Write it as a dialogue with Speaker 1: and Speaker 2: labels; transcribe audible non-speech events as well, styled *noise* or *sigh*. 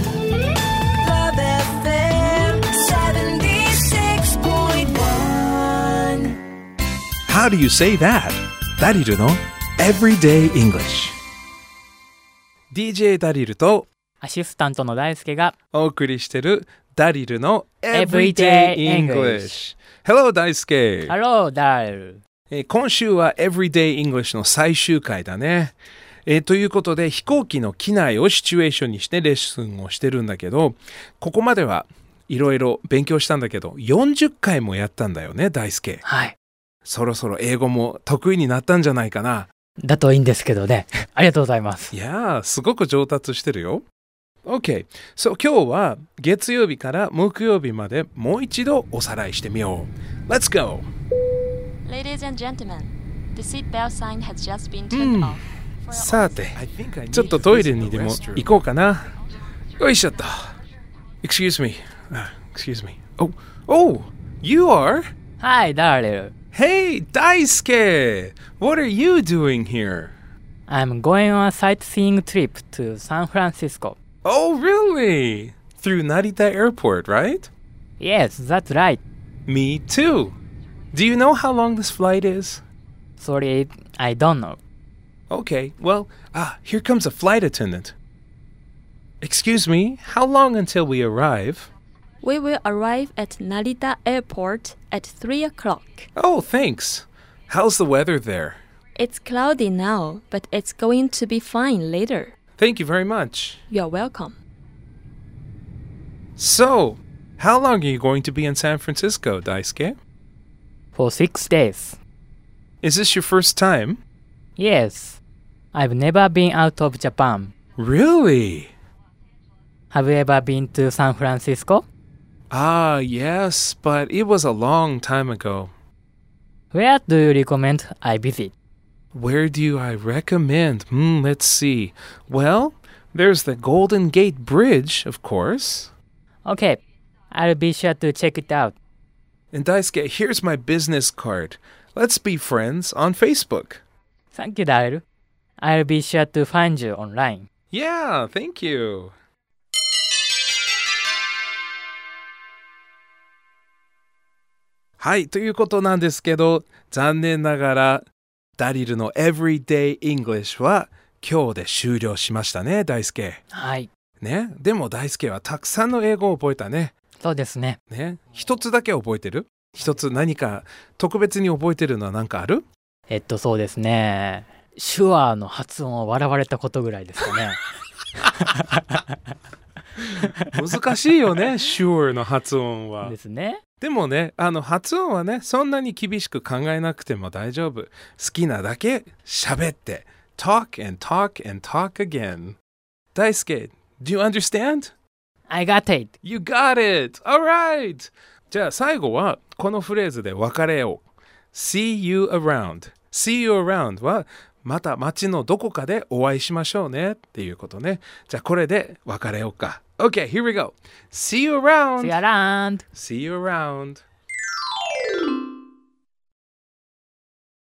Speaker 1: Club FM 76.1.
Speaker 2: How do you say that? ダリルの Everyday English DJ ダリルと
Speaker 3: アシスタントの大輔が
Speaker 2: お送りしてるダリルの Everyday
Speaker 3: Everyday
Speaker 2: English Hello 大輔
Speaker 3: Hello, Dal!
Speaker 2: えー今週は Everyday English の最終回だね。えーということで飛行機の機内をシチュエーションにしてレッスンをしてるんだけどここまではいろいろ勉強したんだけど40回もやったんだよね大輔
Speaker 3: はい。
Speaker 2: そろそろ英語も得意になったんじゃないかな
Speaker 3: だといいんですけどね。 *laughs* ありがとうございます。
Speaker 2: いやー、すごく上達してるよ。OK。そう、今日は月曜日から木曜日までもう一度おさらいしてみよう。Let's go!
Speaker 4: Ladies and gentlemen, the seatbelt sign has just been turned
Speaker 2: Mm.
Speaker 4: off. For
Speaker 2: さて、ちょっとトイレにでも行こうかな。よいしょっと。Excuse me. あ Excuse me. Oh, oh, you are?
Speaker 3: はい、Dal!
Speaker 2: Hey, Daisuke! What are you doing here?
Speaker 3: I'm going on a sightseeing trip to San Francisco.
Speaker 2: Oh, really? Through Narita Airport, right?
Speaker 3: Yes, that's right.
Speaker 2: Me too. Do you know how long this flight is?
Speaker 3: Sorry, I don't know.
Speaker 2: Okay, well, ah, here comes a flight attendant. Excuse me, how long until we arrive?
Speaker 4: We will arrive at Narita Airport at 3 o'clock.
Speaker 2: Oh, thanks. How's the weather there?
Speaker 4: It's cloudy now, but it's going to be fine later.
Speaker 2: Thank you very much.
Speaker 4: You're welcome.
Speaker 2: So, how long are you going to be in San Francisco, Daisuke?
Speaker 3: For six days.
Speaker 2: Is this your first time?
Speaker 3: Yes. I've never been out of Japan.
Speaker 2: Really?
Speaker 3: Have you ever been to San Francisco?
Speaker 2: Ah, yes, but it was a long time ago.
Speaker 3: Where do you recommend I visit?
Speaker 2: Where do I recommend? Hmm, let's see. Well, there's the Golden Gate Bridge, of course.
Speaker 3: Okay. I'll be sure to check it out.
Speaker 2: And Daisuke, here's my business card. Let's be friends on Facebook.
Speaker 3: Thank you, Dal. I'll be sure to find you online.
Speaker 2: Yeah, thank you. はい、ということなんですけど、残念ながら、ダリルの Everyday English は今日で終了しましたね、大輔。
Speaker 3: はい。
Speaker 2: ね、でも大輔はたくさんの英語を覚えたね。
Speaker 3: そうですね。
Speaker 2: ね、一つだけ覚えてる一つ何か特別に覚えてるのは何かある
Speaker 3: えっと、そうですね。手話の発音を笑われたことぐらいですかね。
Speaker 2: 難しいよね *laughs* sure の発音は
Speaker 3: ですね。
Speaker 2: でもねあの発音はねそんなに厳しく考えなくても大丈夫好きなだけ喋って talk and talk and talk again 大輔 do you understand?
Speaker 3: I got it!
Speaker 2: You got it! Alright! じゃあ最後はこのフレーズで別れを see you around see you around はまた街のどこかでお会いしましょうねっていうことねじゃあこれで別れようか OK here we go see you around
Speaker 3: See you around!
Speaker 2: See you around.